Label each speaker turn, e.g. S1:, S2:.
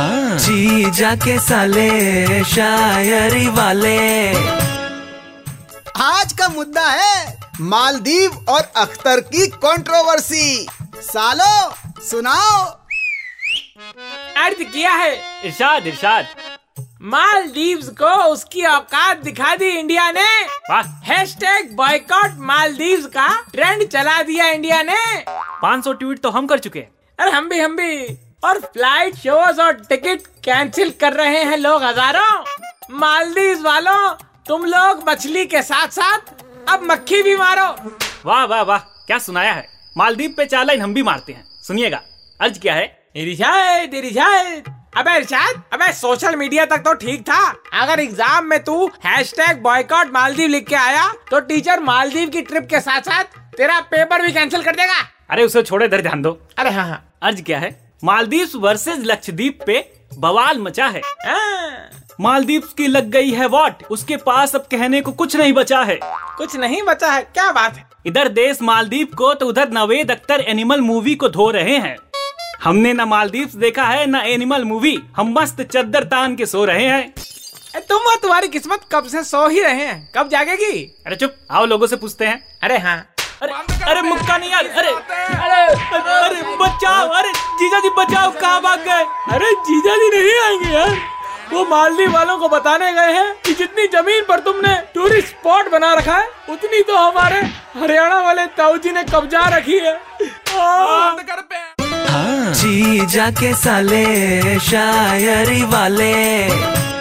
S1: जी जाके साले शायरी वाले
S2: आज का मुद्दा है मालदीव और अख्तर की कंट्रोवर्सी सालो सुनाओ
S3: अर्ज किया है
S4: इरशाद इरशाद
S3: मालदीव्स को उसकी औकात दिखा दी इंडिया ने
S4: वाह
S3: हैश टैग बॉयकॉट मालदीव्स का ट्रेंड चला दिया इंडिया ने
S4: 500 ट्वीट तो हम कर चुके हैं
S3: और हम भी हम भी और फ्लाइट शोज और टिकट कैंसिल कर रहे हैं लोग हजारों मालदीव वालों तुम लोग मछली के साथ साथ अब मक्खी भी मारो
S4: वाह वाह वाह क्या सुनाया है मालदीव पे चार लाइन हम भी मारते हैं सुनिएगा अर्ज क्या है
S3: इरिशाद इरिशाद अबे इरशाद अबे सोशल मीडिया तक तो ठीक था अगर एग्जाम में तू हैशटैग बॉयकॉट मालदीव लिख के आया तो टीचर मालदीव की ट्रिप के साथ साथ तेरा पेपर भी कैंसिल कर देगा
S4: अरे उसे छोड़े इधर ध्यान दो
S3: अरे हाँ हाँ
S4: अर्ज क्या है मालदीव वर्सेस लक्षद्वीप पे बवाल मचा है
S3: हाँ,
S4: मालदीव की लग गई है वॉट उसके पास अब कहने को कुछ नहीं बचा है
S3: कुछ नहीं बचा है क्या बात है
S4: इधर देश मालदीव को तो उधर नवेद अख्तर एनिमल मूवी को धो रहे हैं हमने ना मालदीव देखा है ना एनिमल मूवी हम मस्त चद्दर तान के सो रहे हैं
S3: ए, तुम और तुम्हारी किस्मत कब से सो ही रहे हैं कब जागेगी
S4: अरे चुप आओ लोगों से पूछते हैं
S3: अरे हाँ
S4: अरे अरे मुक्का नहीं यार अरे अरे अरे बचाओ अरे जीजा जी बचाओ कहाँ भाग गए
S3: अरे जीजा जी नहीं आएंगे यार वो मालदीव वालों को बताने गए हैं कि जितनी जमीन पर तुमने टूरिस्ट स्पॉट बना रखा है उतनी तो हमारे हरियाणा वाले ताऊ जी ने कब्जा रखी है आ,
S1: जी जाके साले शायरी वाले